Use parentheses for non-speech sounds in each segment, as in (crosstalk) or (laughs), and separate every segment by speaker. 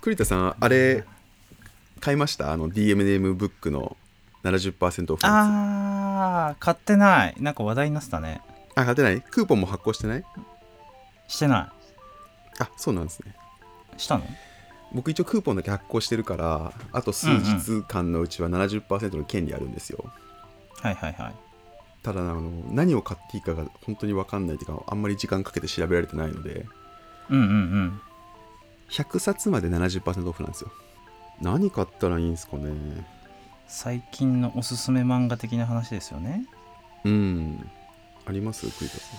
Speaker 1: 栗田さんあれ買いましたあの DMM ブックの70%オフのや
Speaker 2: ああ買ってないなんか話題になってたね
Speaker 1: つあ買ってないクーポンも発行してない
Speaker 2: してな
Speaker 1: あそうなんですね
Speaker 2: いしたの
Speaker 1: 僕一応クーポンだけ発行してるからあと数日間のうちは70%の権利あるんですよ、
Speaker 2: はいはいはい
Speaker 1: ただあの何を買っていいかが本当に分かんないっていうかあんまり時間かけて調べられてないので
Speaker 2: うんうんうん
Speaker 1: 100冊まで70%オフなんですよ何買ったらいいんですかね
Speaker 2: 最近のおすすめ漫画的な話ですよね
Speaker 1: うんあります栗田さ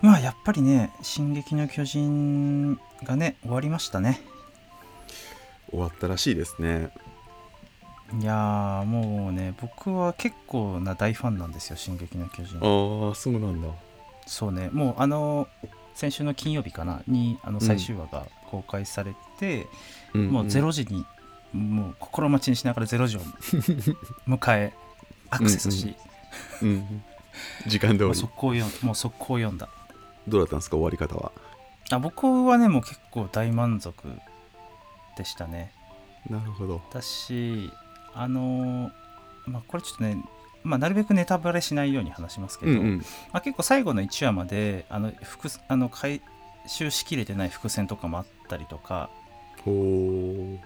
Speaker 1: ん
Speaker 2: まあやっぱりね「進撃の巨人」がね終わりましたね
Speaker 1: 終わったらしいですね
Speaker 2: いやーもうね僕は結構な大ファンなんですよ「進撃の巨人」
Speaker 1: ああそうなんだ
Speaker 2: そうねもうあの先週の金曜日かなにあの最終話が公開されて、もう0時にもう心待ちにしながら0時を迎えアクセスし、
Speaker 1: うんうん時間通
Speaker 2: もう
Speaker 1: り
Speaker 2: 速攻読んもう速攻読んだ
Speaker 1: どうだったんですか終わり方は
Speaker 2: あ僕はねもう結構大満足でしたね
Speaker 1: なるほど
Speaker 2: だしあのーまあこれちょっとねまあ、なるべくネタバレしないように話しますけど、
Speaker 1: うん
Speaker 2: まあ、結構最後の1話まであの伏あの回収しきれてない伏線とかもあったりとか
Speaker 1: うんお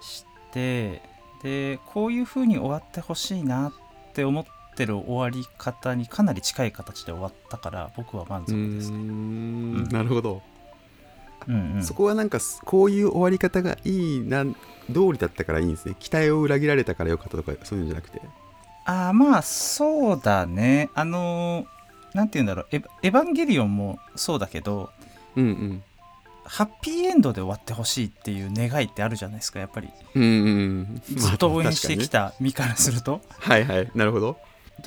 Speaker 2: してでこういう風に終わってほしいなって思ってる終わり方にかなり近い形で終わったから僕は満
Speaker 1: うー
Speaker 2: 足ですね。
Speaker 1: ん
Speaker 2: うん
Speaker 1: なるほど、
Speaker 2: うんうん
Speaker 1: そこはなんかすこういう終わり方がいいな通りだったからいいんですね期待を裏切られたからよかったとかそういうんじゃなくて
Speaker 2: あーまあそうだねあのーなんて言うんだろうエヴァエヴァンゲリオンもそうだけど
Speaker 1: うんうん
Speaker 2: ハッピーエンドで終わってほしいっていう願いってあるじゃないですかやっぱり
Speaker 1: うんうんうん
Speaker 2: ずっと応援してき
Speaker 1: た、
Speaker 2: た身からすると、
Speaker 1: まあ確かにねはいはいなるほど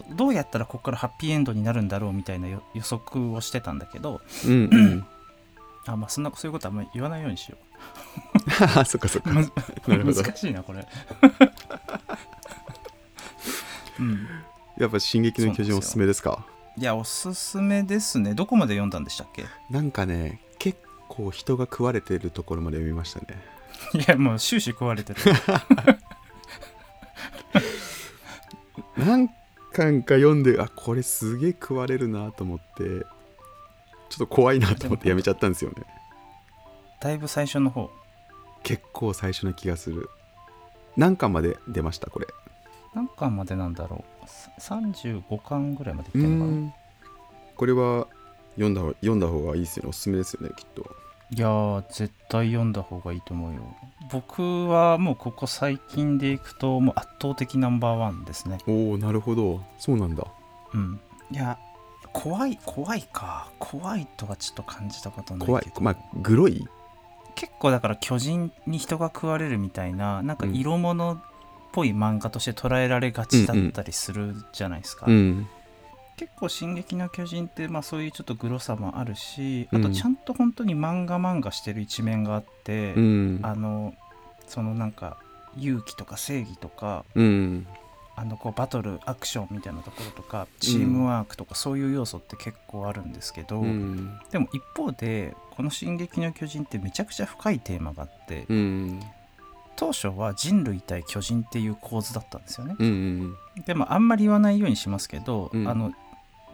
Speaker 2: どどうやったらここからハッピーエンドになるんだろうみたいな予予測をしてたんだけど
Speaker 1: うんうん
Speaker 2: あまあそんなそういうことはあんまり言わないようにしよ
Speaker 1: (laughs) ああそっかそっ
Speaker 2: う
Speaker 1: かなるほど
Speaker 2: 難しいなこれ (laughs) うん
Speaker 1: やっぱ「進撃の巨人」おすすめですか
Speaker 2: いやおすすめですねどこまで読んだんでしたっけい
Speaker 1: なんかね結構人が食われてるところまで読みましたね
Speaker 2: やもう終始壊れてる
Speaker 1: 何巻か読んであこれすげえ食われるなと思ってちょっと怖いなと思ってやめちゃったんですよね
Speaker 2: (laughs) だいぶ最初の方
Speaker 1: 結構最初の気がする何巻まで出ましたこれ
Speaker 2: 何巻までなんだろうさ35巻ぐらいまでいって
Speaker 1: うー
Speaker 2: んのかなん
Speaker 1: これは読んだ方読んだ方がいいですよねおすすめですよねきっと
Speaker 2: いやー絶対読んだ方がいいと思うよ僕はもうここ最近でいくともう圧倒的ナンバーワンですね
Speaker 1: おおなるほどそうなんだ
Speaker 2: うんいや怖い怖いか怖いとはちょっと感じたことないけど
Speaker 1: 怖いまあグロい
Speaker 2: 結構だから巨人に人が食われるみたいななんか色物っぽい漫画として捉えられがちだったりするじゃないですか、
Speaker 1: うん
Speaker 2: 結構「進撃の巨人」って、まあ、そういうちょっとグロさもあるし
Speaker 1: う
Speaker 2: あ
Speaker 1: ん
Speaker 2: とちゃんと本当に漫画漫画してる一面があって、
Speaker 1: うん
Speaker 2: あのそのなんか勇気とか正義とか
Speaker 1: うん
Speaker 2: あのこうバトルアクションみたいなところとかチームワークとかそういう要素って結構あるんですけど、
Speaker 1: うん
Speaker 2: でも一方でこの「進撃の巨人」ってめちゃくちゃ深いテーマがあって
Speaker 1: うん
Speaker 2: 当初は人類対巨人っていう構図だったんですよね。
Speaker 1: うん
Speaker 2: でもあんまり言わないようにしますけど、
Speaker 1: うん
Speaker 2: あの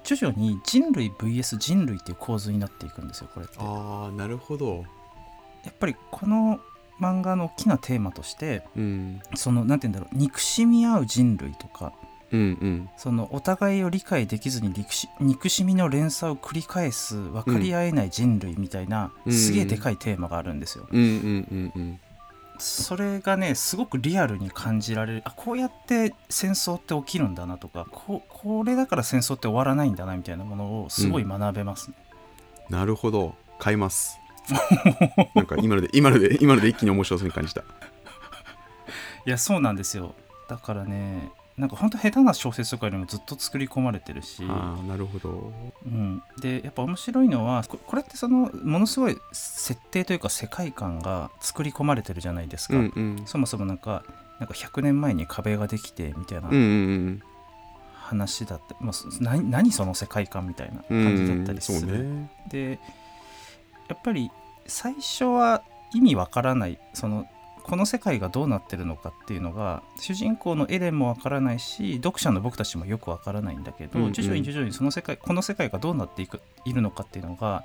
Speaker 2: 徐々に人類 VS 人類っていう構図になっていくんですよこれって。や
Speaker 1: ああなるほど
Speaker 2: っぱりこの漫画の大きなテーマとして
Speaker 1: うん
Speaker 2: そのなんて言うんだろう憎しみ合う人類とか
Speaker 1: うんうん
Speaker 2: そのお互いを理解できずに憎し憎しみの連鎖を繰り返す分かり合えない人類みたいな、
Speaker 1: うん
Speaker 2: すげえでかいテーマがあるんですよ。
Speaker 1: うんうんうん
Speaker 2: それがねすごくリアルに感じられるあこうやって戦争って起きるんだなとかここれだから戦争って終わらないんだなみたいなものをすごい学べますね。
Speaker 1: なるほど買います
Speaker 2: (laughs)
Speaker 1: なんか今ので今ので今ので一気に面白そうに感じた
Speaker 2: いやそうなんですよだからねなんかほんと下手な小説とかよりもずっと作り込まれてるし、
Speaker 1: ああなるほど
Speaker 2: うん、でやっぱ面白いのはここれってそのものすごい設定というか世界観が作り込まれてるじゃないですか、
Speaker 1: うん
Speaker 2: そもそもなんかなんか100年前に壁ができてみたいな
Speaker 1: うんうん
Speaker 2: 話だって、まあそ何何その世界観みたいな
Speaker 1: うん
Speaker 2: 感じだったりする、
Speaker 1: そうね
Speaker 2: でやっぱり最初は意味わからないそのこの世界がどうなってるのかっていうのが主人公のエレンもわからないし読者の僕たちもよくわからないんだけど、
Speaker 1: うんうん
Speaker 2: 徐々に徐々にその世界この世界がどうなっていくいるのかっていうのが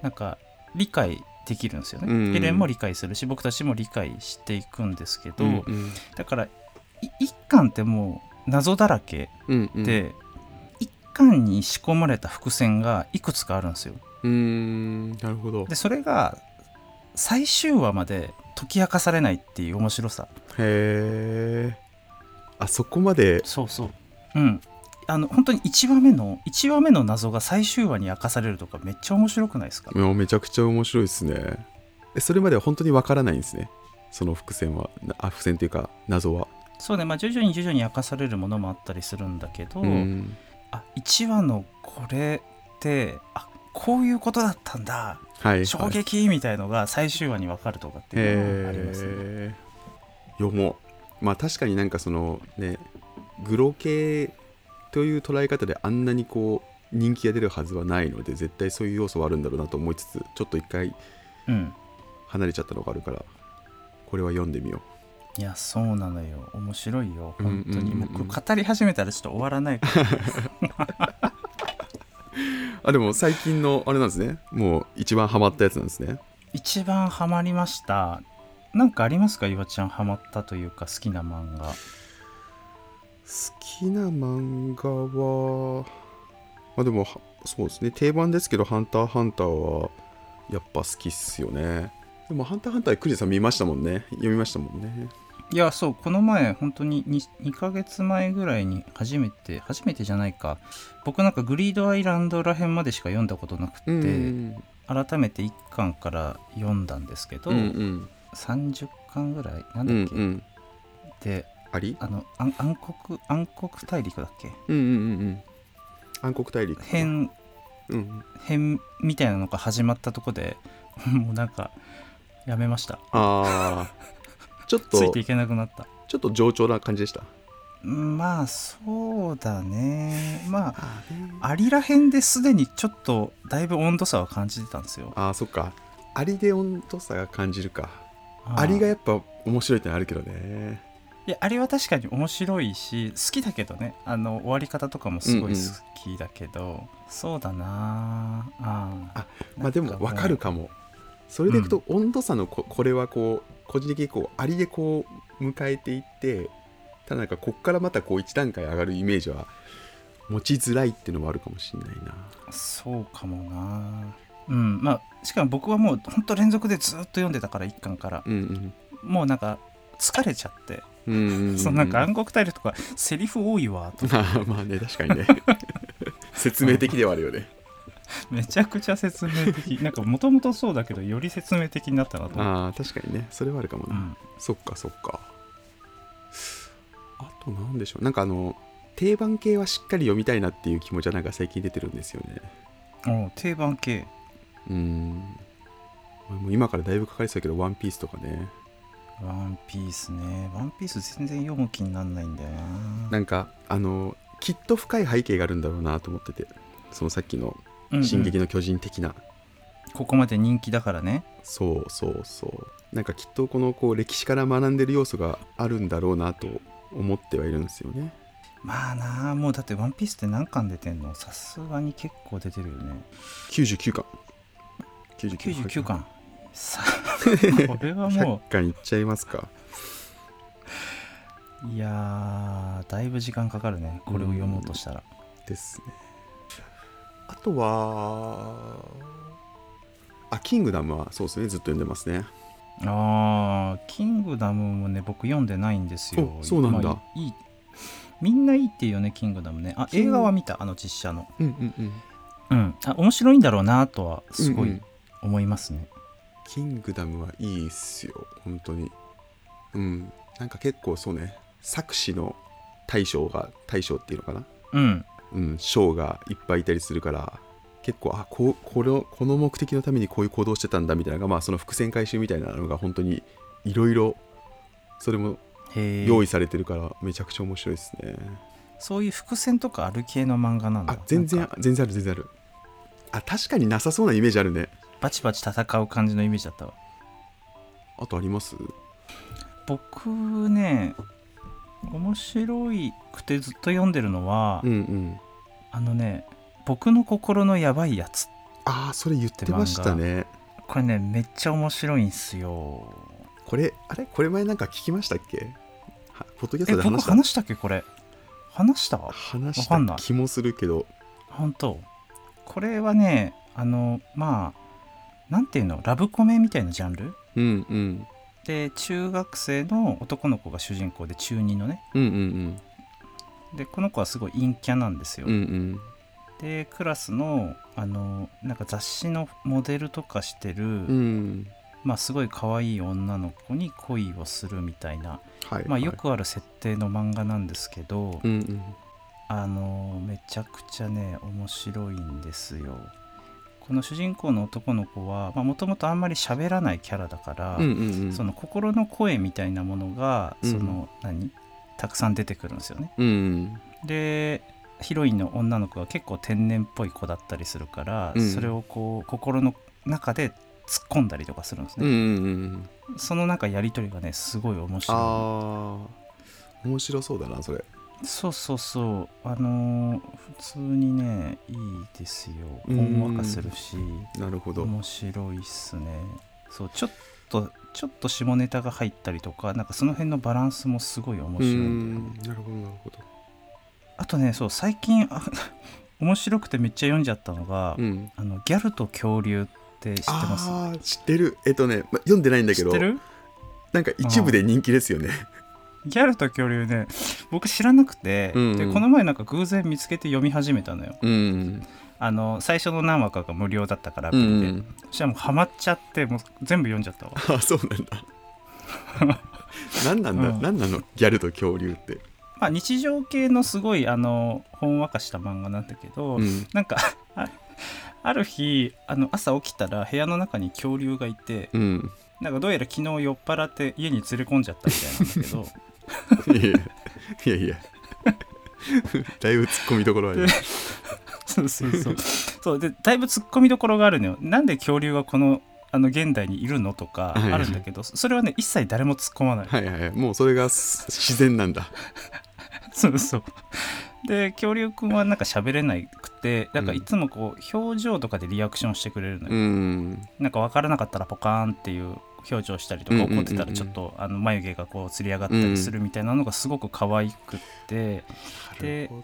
Speaker 2: なんか理解できるんですよね、
Speaker 1: うんうん
Speaker 2: エレンも理解するし僕たちも理解していくんですけど、
Speaker 1: うんうん
Speaker 2: だからい一巻ってもう謎だらけ
Speaker 1: うんうん
Speaker 2: で、一巻に仕込まれた伏線がいくつかあるんですよ
Speaker 1: うーんなるほど
Speaker 2: でそれが最終話まで解き明かされないっていう面白さ
Speaker 1: へえあそこまで
Speaker 2: そうそううんあの本当に1話目の1話目の謎が最終話に明かされるとかめっちゃ面白くないですか
Speaker 1: いやめちゃくちゃ面白いですねえそれまでは本当にわからないんですねその伏線はなあ伏線というか謎は
Speaker 2: そうねまあ徐々に徐々に明かされるものもあったりするんだけど、
Speaker 1: うん
Speaker 2: あ1話のこれってあこういうことだったんだ
Speaker 1: はい、はい、
Speaker 2: 衝撃みたいのが最終話に分かるとかっていうのがありますね。
Speaker 1: へえ読もうまあ確かになんかそのねグロ系という捉え方であんなにこう人気が出るはずはないので絶対そういう要素はあるんだろうなと思いつつちょっと一回
Speaker 2: うん、
Speaker 1: 離れちゃったのがあるからこれは読んでみよ
Speaker 2: いやそうなのよ面白いよ本当に、
Speaker 1: うんうんうんうん
Speaker 2: もうこれ語り始めたらちょっと終わら (laughs) ないから
Speaker 1: うあでも最近のあれなんですねもう一番ハマったやつなんですね
Speaker 2: 一番ハマりましたなんかありますか岩ちゃんハマったというか好きな漫画
Speaker 1: 好きな漫画はまあでもはそうですね定番ですけど「ハンターハンター」はやっぱ好きっすよねでも「ハンターハンター」クリさん見ましたもんね読みましたもんね
Speaker 2: いやそうこの前本当に 2, 2ヶ月前ぐらいに初めて初めてじゃないか僕なんかグリードアイランドら辺までしか読んだことなくて、
Speaker 1: うん
Speaker 2: 改めて1巻から読んだんですけど、
Speaker 1: うんうん
Speaker 2: 30巻ぐらいな
Speaker 1: う
Speaker 2: んだ
Speaker 1: ん
Speaker 2: っけ、
Speaker 1: うん
Speaker 2: で
Speaker 1: あり
Speaker 2: あの暗暗黒暗黒大陸だっけ
Speaker 1: うんうんうんうん暗黒大陸
Speaker 2: 編
Speaker 1: うん
Speaker 2: 編みたいなのが始まったとこで (laughs) もうなんかやめました
Speaker 1: ああ
Speaker 2: (laughs)
Speaker 1: ちょっ
Speaker 2: つい
Speaker 1: と
Speaker 2: ていけなくなった
Speaker 1: ちょっと冗長な感じでした
Speaker 2: うんまあそうだねまあ
Speaker 1: あ
Speaker 2: アリら辺ですでにちょっとだいぶ温度差は感じてたんですよ
Speaker 1: あーそっかアリで温度差が感じるかアリが
Speaker 2: い
Speaker 1: やっぱ面白いってのあるけどね
Speaker 2: やアリは確かに面白いし好きだけどねあの終わり方とかもすごい
Speaker 1: うんうん
Speaker 2: 好きだけど、そうだなああ
Speaker 1: あまあで
Speaker 2: なん
Speaker 1: も
Speaker 2: かう
Speaker 1: 分かるかもそれでいくと温度差のここれはこう個人的にこうアリでこう迎えていってただなんかこっからまたこう一段階上がるイメージは持ちづらいっていうのもあるかもしれないな
Speaker 2: そうかもなうんまあしかも僕はもうほんと連続でずっと読んでたから一巻から
Speaker 1: うん
Speaker 2: もうなんか疲れちゃって、
Speaker 1: うんうんうんうん
Speaker 2: そのなんか暗黒大陸とかセリフ多いわとか (laughs)
Speaker 1: まあまあね確かにね説明的ではあるよね
Speaker 2: めちゃくちゃ説明的なんかもともとそうだけどより説明的になったなと思って
Speaker 1: ああ確かにねそれはあるかも
Speaker 2: う
Speaker 1: な、
Speaker 2: ん
Speaker 1: そっかそっかあとなんでしょうなんかあの定番系はしっかり読みたいなっていう気持ちはなんか最近出てるんですよね
Speaker 2: おう定番系
Speaker 1: うーんもう今からだいぶかかりそうだけど「ワンピースとかね
Speaker 2: 「ワンピースね「ワンピース全然読む気にならないんだよな
Speaker 1: なんかあのきっと深い背景があるんだろうなと思っててそのさっきの
Speaker 2: うんう
Speaker 1: 「
Speaker 2: ん
Speaker 1: 進撃の巨人」的な、
Speaker 2: ここまで人気だからね
Speaker 1: そうそうそうなんかきっとこのこう歴史から学んでる要素があるんだろうなと思ってはいるんですよね
Speaker 2: まあなあもうだって「ワンピースって何巻出てんのさすがに結構出てるよね
Speaker 1: 99巻99
Speaker 2: 99巻さ
Speaker 1: (laughs)
Speaker 2: これはも
Speaker 1: 100巻いっちゃいますか
Speaker 2: ういやーだいぶ時間かかるねこれを読もうとしたら
Speaker 1: ですねあとはあキングダムはそうですねずっと読んでますね
Speaker 2: あーキングダムもね僕読んでないんですよ
Speaker 1: おそうなんだ
Speaker 2: まあいいみんないいっていうよねキングダムねあ
Speaker 1: キン
Speaker 2: 映画は見たあの実写の
Speaker 1: うんうんうん
Speaker 2: うんあ面白いんだろうなとはすご
Speaker 1: うんう
Speaker 2: い
Speaker 1: ん
Speaker 2: 思いますね
Speaker 1: キングダムはいいっすよ本当にうんなんか結構そうね作詞の大将が大将っていうのかな
Speaker 2: うん、
Speaker 1: うん将がいっぱいいたりするから結構あこうこれをこの目的のためにこういう行動してたんだみたいなのがまあその伏線回収みたいなのが本当にいろいろそれも
Speaker 2: へえ
Speaker 1: 用意されてるからめちゃくちゃ面白いですね、
Speaker 2: そういう伏線とかある系の漫画なんだ
Speaker 1: あ全
Speaker 2: なん
Speaker 1: 然
Speaker 2: か
Speaker 1: 全然ある全然あるあ確かになさそうなイメージあるね
Speaker 2: バチバチ戦う感じのイメージだったわ
Speaker 1: あとあります
Speaker 2: 僕ね面白いくてずっと読んでるのは、
Speaker 1: うんうん
Speaker 2: あのね「僕の心のやばいやつ
Speaker 1: ああそれ言ってましたね」
Speaker 2: これねめっちゃ面白いんすよ
Speaker 1: これあれこれ前なんか聞きましたっけはポッドキャス
Speaker 2: え
Speaker 1: トで話
Speaker 2: 僕
Speaker 1: した
Speaker 2: 話したっけこれ話した
Speaker 1: 話し
Speaker 2: わかんな
Speaker 1: た
Speaker 2: い
Speaker 1: 気もするけど
Speaker 2: 本当これはねあのまあなんていうのラブコメみたいなジャンル
Speaker 1: うんうん
Speaker 2: で中学生の男の子が主人公で中二のね
Speaker 1: うんうん
Speaker 2: でこの子はすごい陰キャなんですよ、
Speaker 1: うんうん
Speaker 2: でクラスのあのなんか雑誌のモデルとかしてる、
Speaker 1: うんうん
Speaker 2: まあすごい可愛い女の子に恋をするみたいな、
Speaker 1: はい
Speaker 2: まあ、
Speaker 1: はい
Speaker 2: よくある設定の漫画なんですけど、
Speaker 1: うんうん
Speaker 2: あのめちゃくちゃね面白いんですよこの主人公の男の子はもともとあんまり喋らないキャラだから、
Speaker 1: うんうんうん
Speaker 2: その心の声みたいなものが
Speaker 1: うん
Speaker 2: その、何たくさん出てくるんですよね
Speaker 1: うんうん
Speaker 2: でヒロインの女の子が結構天然っぽい子だったりするから、
Speaker 1: うん
Speaker 2: それをこう心の中で突っ込んだりとかするんです
Speaker 1: うんう
Speaker 2: ね、
Speaker 1: んうん
Speaker 2: そのなんかやり取りがねすごい面白い
Speaker 1: ああ面白そうだなそれ
Speaker 2: そうそうそうあのー普通にねいいですよほ
Speaker 1: うん
Speaker 2: んわかするし
Speaker 1: なるほど
Speaker 2: 面白いっすねそうちょっとちょっと下ネタが入ったりとかなんかその辺のバランスもすごい面白いんだよね
Speaker 1: うんなるほどなるほど
Speaker 2: あとねそう最近 (laughs) あ面白くてめっちゃ読んじゃったのが「
Speaker 1: うん
Speaker 2: あのギャルと恐竜」って知ってます
Speaker 1: あー知ってるえっとね、ま、読んでないんだけ
Speaker 2: 知
Speaker 1: ど
Speaker 2: ってる
Speaker 1: なんか一部で人気ですよ
Speaker 2: (laughs)
Speaker 1: ね
Speaker 2: ギャルと恐竜ね僕知らなくて、
Speaker 1: うんうん
Speaker 2: でこの前なんか偶然見つけて読み始めたのよ
Speaker 1: うん
Speaker 2: あの最初の何話かが無料だったからア
Speaker 1: う
Speaker 2: プ
Speaker 1: ん
Speaker 2: リ
Speaker 1: う
Speaker 2: で、
Speaker 1: ん
Speaker 2: そしたらもうハマっちゃってもう全部読んじゃ (laughs) ったわ
Speaker 1: あそうなんだ
Speaker 2: (laughs)
Speaker 1: 何なんだ、
Speaker 2: うん
Speaker 1: 何なのギャルと恐竜って、
Speaker 2: まあ日常系のすごいあのほんわかした漫画なんだけど、
Speaker 1: うん、
Speaker 2: なんかあある日あの朝起きたら部屋の中に恐竜がいて
Speaker 1: うん
Speaker 2: なんかどうやら昨日酔っ払って家に連れ込んじゃったみたいなんだけど
Speaker 1: いやいやいやいやだいぶツッコミどころある
Speaker 2: で (laughs) そうそうそうそうでだいぶツッコミどころがあるのよなんで恐竜がこのあの現代にいるのとか
Speaker 1: はいはい
Speaker 2: あるんだけど、それはね一切誰も突っ込まない
Speaker 1: はいはいはいもうそれがす自然なんだ
Speaker 2: (laughs) そうそう。で恐竜くんはなんか喋れなくてなんかいつもこう表情とかでリアクションしてくれるのよ、
Speaker 1: うん
Speaker 2: なんか分からなかったらポカーンっていう表情したりと
Speaker 1: うん
Speaker 2: か
Speaker 1: うんうんうん
Speaker 2: 怒ってたらちょっとあの眉毛がこうつり上がったりするみたいなのがすごく可愛くって、
Speaker 1: なる
Speaker 2: で
Speaker 1: ほ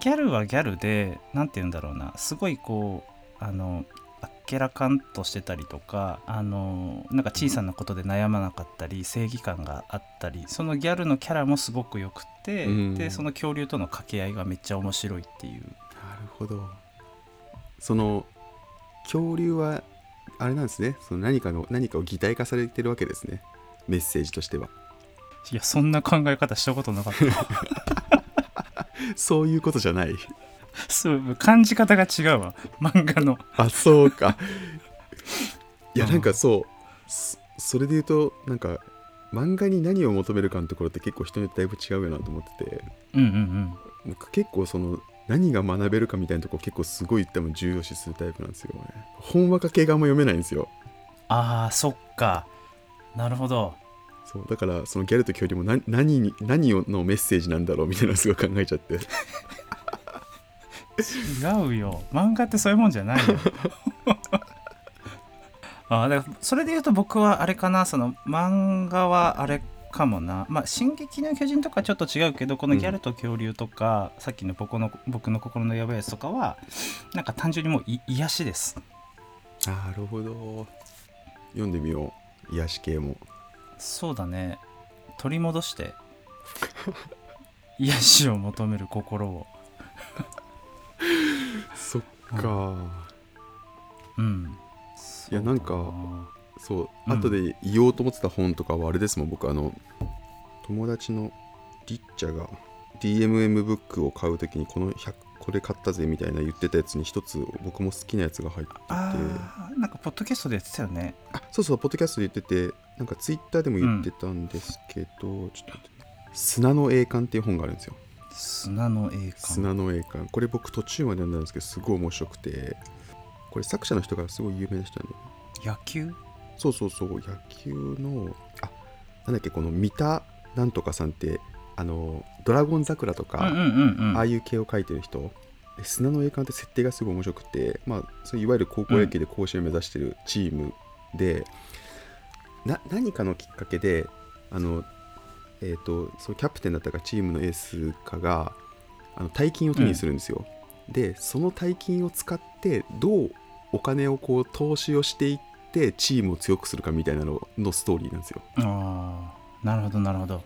Speaker 2: ギャルはギャルで何て言うんだろうなすごいこうあのあっけらかんとしてたりとかあのなんか小さなことで悩まなかったり正義感があったりそのギャルのキャラもすごくよくて、
Speaker 1: うん
Speaker 2: でその恐竜との掛け合いがめっちゃ面白いっていう
Speaker 1: どなるほどその恐竜はあれなんですねその何かの何かを擬態化されてるわけですねメッセージとしてはい
Speaker 2: やそんな考え方したことなかった (laughs)
Speaker 1: そういうことじゃない
Speaker 2: そう感じ方が違うわ漫画の
Speaker 1: (laughs) あそうかいや
Speaker 2: うん
Speaker 1: なんかそうそそれで言うとなんか漫画に何を求めるかのところって結構人によってだいぶ違うよなと思ってて
Speaker 2: うんうんうん
Speaker 1: 僕結構その何が学べるかみたいなとこ結構すごい多分重要視するタイプなんですよね本話か系があんま読めないんですよ
Speaker 2: あーそっかなるほど
Speaker 1: そうだからそのギャルと恐竜も何何に何をのメッセージなんだろうみたいなのすごい考えちゃって
Speaker 2: 違うよ漫画ってそういうもんじ
Speaker 1: (laughs)
Speaker 2: ゃないよあだからそれで言うと僕はあれかなその漫画はあれかもなまあ「進撃の巨人」とかちょっと違うけどこの「ギャルと恐竜」とか、さっきの僕の「僕の心のやばいやつ」とかはなんか単純にもうい癒しです
Speaker 1: なるほど読んでみよう癒し系も
Speaker 2: そうだね取り戻して癒しを求める心を
Speaker 1: そっか、
Speaker 2: うん
Speaker 1: いやなんか
Speaker 2: そうだ
Speaker 1: そう
Speaker 2: うん
Speaker 1: 後で言おうと思ってた本とかはあれですもん、僕あの友達のリッチャが DMM ブックを買うときにこの100これ買ったぜみたいな言ってたやつに一つ僕も好きなやつが入っててあ
Speaker 2: あーなんかポッドキャストでやってたよね
Speaker 1: そうそうポッドキャストで言っててなんかツイッターでも言ってたんですけど、ちょっと待って砂の栄冠っていう本があるんですよ
Speaker 2: 砂の栄冠
Speaker 1: 砂の栄冠これ僕途中まで読んだんですけどすごい面白くてこれ作者の人がすごい有名な人なんで
Speaker 2: 野球
Speaker 1: そうそうそう野球のあなんだっけこの三田なんとかさんってあの「ドラゴン桜」と
Speaker 2: うん
Speaker 1: か、
Speaker 2: うんうんうん
Speaker 1: ああいう系を描いてる人で砂の栄冠って設定がすごい面白くて、まあ、そういういわゆる高校野球で甲子園を目指してるチームで、な何かのきっかけであの、えー、とそうキャプテンだったかチームのエースかがあの大金を手にするんですよ。でその大金を使ってどうお金をこう投資をしていってチームを強くするかみたいなののストーリーなんですよ。
Speaker 2: あーなるほどなるほど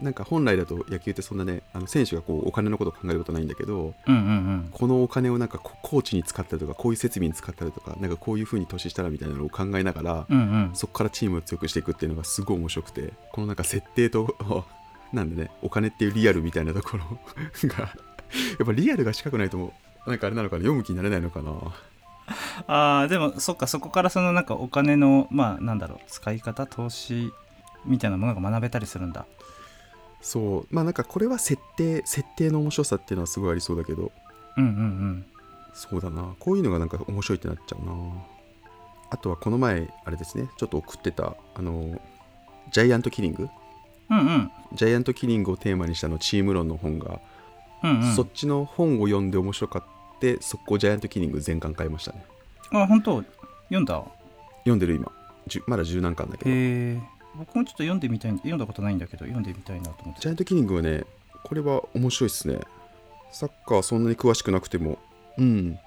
Speaker 1: なんか本来だと野球ってそんなねあの選手がこうお金のことを考えることないんだけど
Speaker 2: うんうんうん
Speaker 1: このお金をなんかこコーチに使ったりとかこういう設備に使ったりとかなんかこういうふうに投資したらみたいなのを考えながら、
Speaker 2: うんうん
Speaker 1: そこからチームを強くしていくっていうのがすごい面白くてこのなんか設定となんでねお金っていうリアルみたいなところがや (laughs) っぱリアルが近くないともうなんかあれなのかな読む気になれないのかな
Speaker 2: ああでもそっかそこからそのなんかお金のまあなんだろう使い方投資みたいなものが学べたりするんだ
Speaker 1: そうまあなんかこれは設定設定の面白さっていうのはすごいありそうだけど
Speaker 2: うんうんうん
Speaker 1: そうだなこういうのがなんか面白いってなっちゃうなあとはこの前あれですねちょっと送ってたあのジャイアントキリング
Speaker 2: うんうん
Speaker 1: ジャイアントキリングをテーマにしたあのチーム論の本が、
Speaker 2: うんうん
Speaker 1: そっちの本を読んで面白かって速攻ジャイアントキリング全巻買いましたね
Speaker 2: あ本当読んだ
Speaker 1: 読んでる今じゅまだ十何巻だけど
Speaker 2: へえ僕もちょっと読んでみたい読んだことないんだけど読んでみたいなと思って
Speaker 1: ジャイアントキリングはねこれは面白いっすねサッカーそんなに詳しくなくてもうん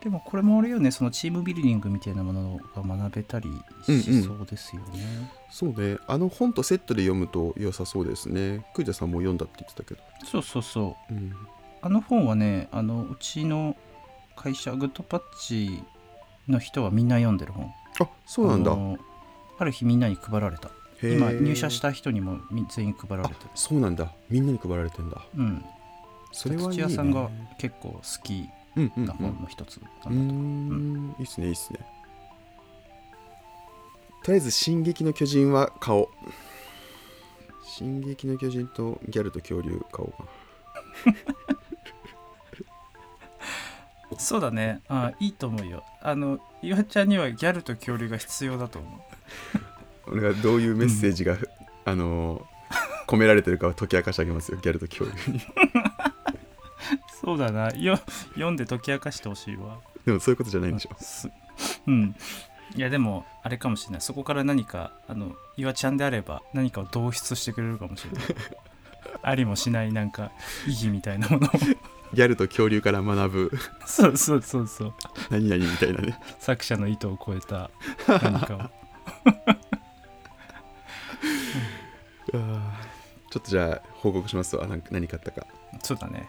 Speaker 2: でもこれもあれよねそのチームビルディングみたいなものが学べたりしそうですよね、
Speaker 1: そうねあの本とセットで読むと良さそうですね栗田さんも読んだって言ってたけど
Speaker 2: そうそうそう
Speaker 1: うん
Speaker 2: あの本はねあのうちの会社グッドパッチの人はみんな読んでる本
Speaker 1: あそうなんだ、
Speaker 2: あのある日みんなに配られた
Speaker 1: へー
Speaker 2: 今入社した人にもみ全員配られ
Speaker 1: あ
Speaker 2: てる
Speaker 1: そうなんだみんなに配られてんだ
Speaker 2: うん
Speaker 1: それはいい、ね、
Speaker 2: 土屋さんが結構好き
Speaker 1: うんうん
Speaker 2: な本の一つなんだと
Speaker 1: うんうーんいいっすねいいっすねとりあえず「進撃の巨人」は買おう「進撃の巨人」とギャルと恐竜買おうかな
Speaker 2: そうだねあいいと思うよあの岩ちゃんにはギャルと恐竜が必要だと思う
Speaker 1: 俺がどういうメッセージが、あのー込められてるかは解き明かしてあげますよギャルと恐竜に
Speaker 2: そうだなよ読んで解き明かしてほしいわ
Speaker 1: でもそういうことじゃないんでしょ
Speaker 2: すうんいやでもあれかもしれないそこから何かあの岩ちゃんであれば何かを導出してくれるかもしれないありもしないなんか意義みたいなものを (laughs)
Speaker 1: ギャルと恐竜から学ぶ
Speaker 2: そうそうそうそう
Speaker 1: 何々みたいなね
Speaker 2: 作者の意図を超えた何かを (laughs)
Speaker 1: あーちょっとじゃあ報告しますわなんか何買ったか
Speaker 2: そうだね